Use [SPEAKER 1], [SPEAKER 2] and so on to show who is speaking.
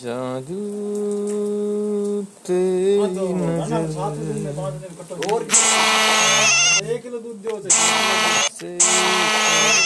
[SPEAKER 1] जादू तेरी नजर
[SPEAKER 2] और एक किलो दूध दो
[SPEAKER 1] से